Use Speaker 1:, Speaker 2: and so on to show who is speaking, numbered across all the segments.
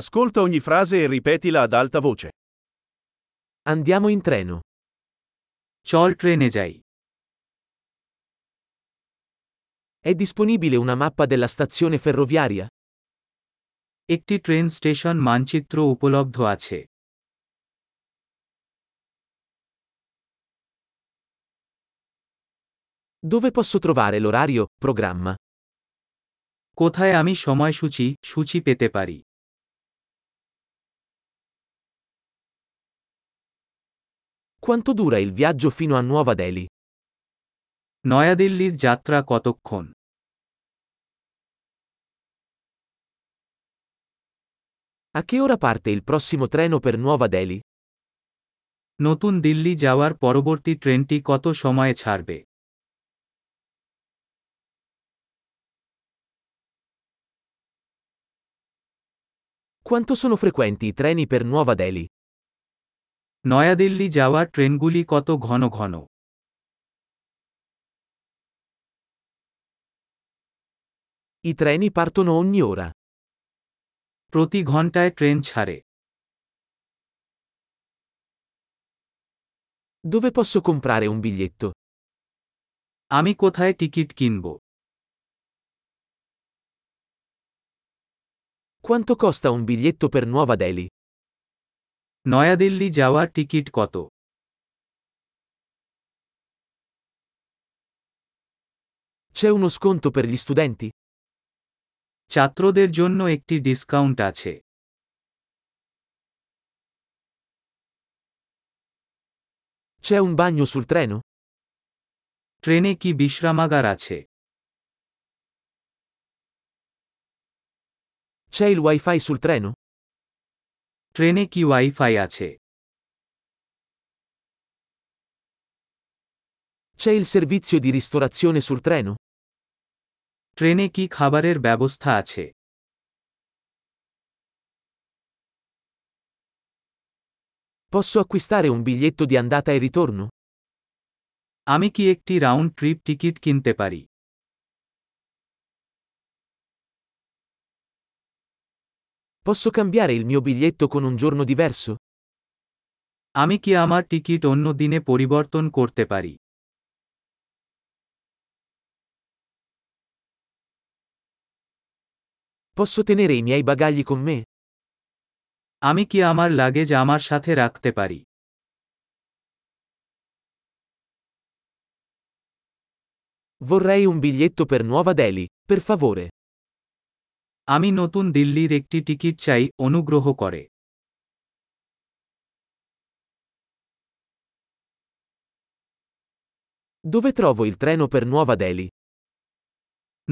Speaker 1: Ascolta ogni frase e ripetila ad alta voce.
Speaker 2: Andiamo in treno.
Speaker 3: চল ট্রেনে যাই
Speaker 2: È disponibile una mappa della stazione ferroviaria?
Speaker 3: একটি train station মানচিত্র উপলব্ধ আছে
Speaker 2: Dove posso trovare l'orario, programma?
Speaker 3: কোথায় আমি সময়সূচি সূচি পেতে পারি
Speaker 2: Quanto dura il viaggio fino a Nuova Delhi?
Speaker 3: নয়াদিল্লির যাত্রা কতক্ষণ
Speaker 2: A che ora parte il prossimo treno per Nuova Delhi?
Speaker 3: নতুন দিল্লি যাওয়ার পরবর্তী ট্রেনটি কত সময়ে ছাড়বে
Speaker 2: Quanto sono frequenti i treni per Nuova Delhi?
Speaker 3: New Delhi যাওয়ার ট্রেনগুলি কত ঘন ঘন
Speaker 2: I treni partono ogni ora.
Speaker 3: প্রতি ঘন্টায় ট্রেন ছাড়ে
Speaker 2: Dove posso comprare un biglietto?
Speaker 3: আমি কোথায় টিকিট কিনব
Speaker 2: Quanto costa un biglietto per Nuova Delhi?
Speaker 3: New Delhi যাওয়ার টিকিট কত
Speaker 2: C'è uno sconto per gli studenti?
Speaker 3: ছাত্রদের জন্য একটি ডিসকাউন্ট আছে
Speaker 2: C'è un bagno sul treno?
Speaker 3: ট্রেনে কি বিশ্রামাগার আছে
Speaker 2: C'è il wifi sul treno?
Speaker 3: ট্রেনে কি ওয়াইফাই আছে
Speaker 2: C'è il servizio di ristorazione sul treno?
Speaker 3: ট্রেনে কি খাবারের ব্যবস্থা আছে
Speaker 2: Posso acquistare un biglietto di andata e ritorno?
Speaker 3: আমি কি একটি রাউন্ড ট্রিপ টিকিট কিনতে পারি
Speaker 2: Posso cambiare il mio biglietto con un giorno diverso?
Speaker 3: আমি কি আমার টিকিট অন্য দিনে পরিবর্তন করতে পারি
Speaker 2: Posso tenere i miei bagagli con me?
Speaker 3: আমি কি আমার লাগেজ আমার সাথে রাখতে পারি
Speaker 2: Vorrei un biglietto per Nuova Delhi, per favore.
Speaker 3: আমি নতুন দিল্লির একটি টিকিট চাই অনুগ্রহ করে
Speaker 2: Dove trovo il treno per Nuova Delhi?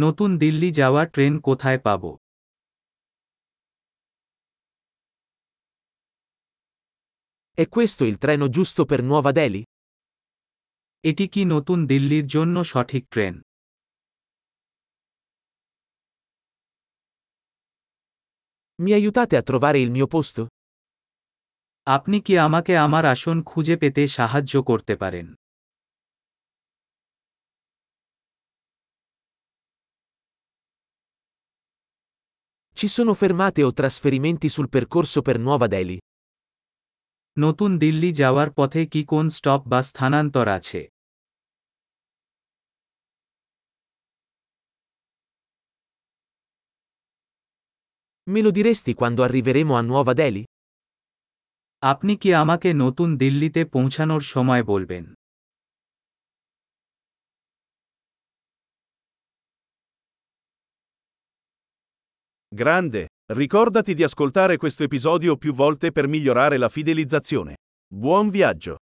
Speaker 3: নতুন দিল্লি যাওয়ার ট্রেন কোথায় পাব
Speaker 2: È questo il treno giusto per Nuova Delhi?
Speaker 3: এটি কি নতুন দিল্লির জন্য সঠিক train
Speaker 2: Mi aiutate a trovare il mio posto?
Speaker 3: আপনি কি আমাকে আমার আসন খুঁজে পেতে সাহায্য করতে পারেন
Speaker 2: Ci sono fermate o trasferimenti sul percorso per Nuova Delhi?
Speaker 3: নতুন দিল্লি যাওয়ার পথে কি কোন স্টপ বা স্থানান্তর আছে
Speaker 2: Me lo diresti quando arriveremo a Nuova Delhi?
Speaker 3: আপনি কি আমাকে নতুন দিল্লিতে পৌঁছানোর সময় বলবেন
Speaker 1: Grande, ricordati di ascoltare questo episodio più volte per migliorare la fidelizzazione. Buon viaggio!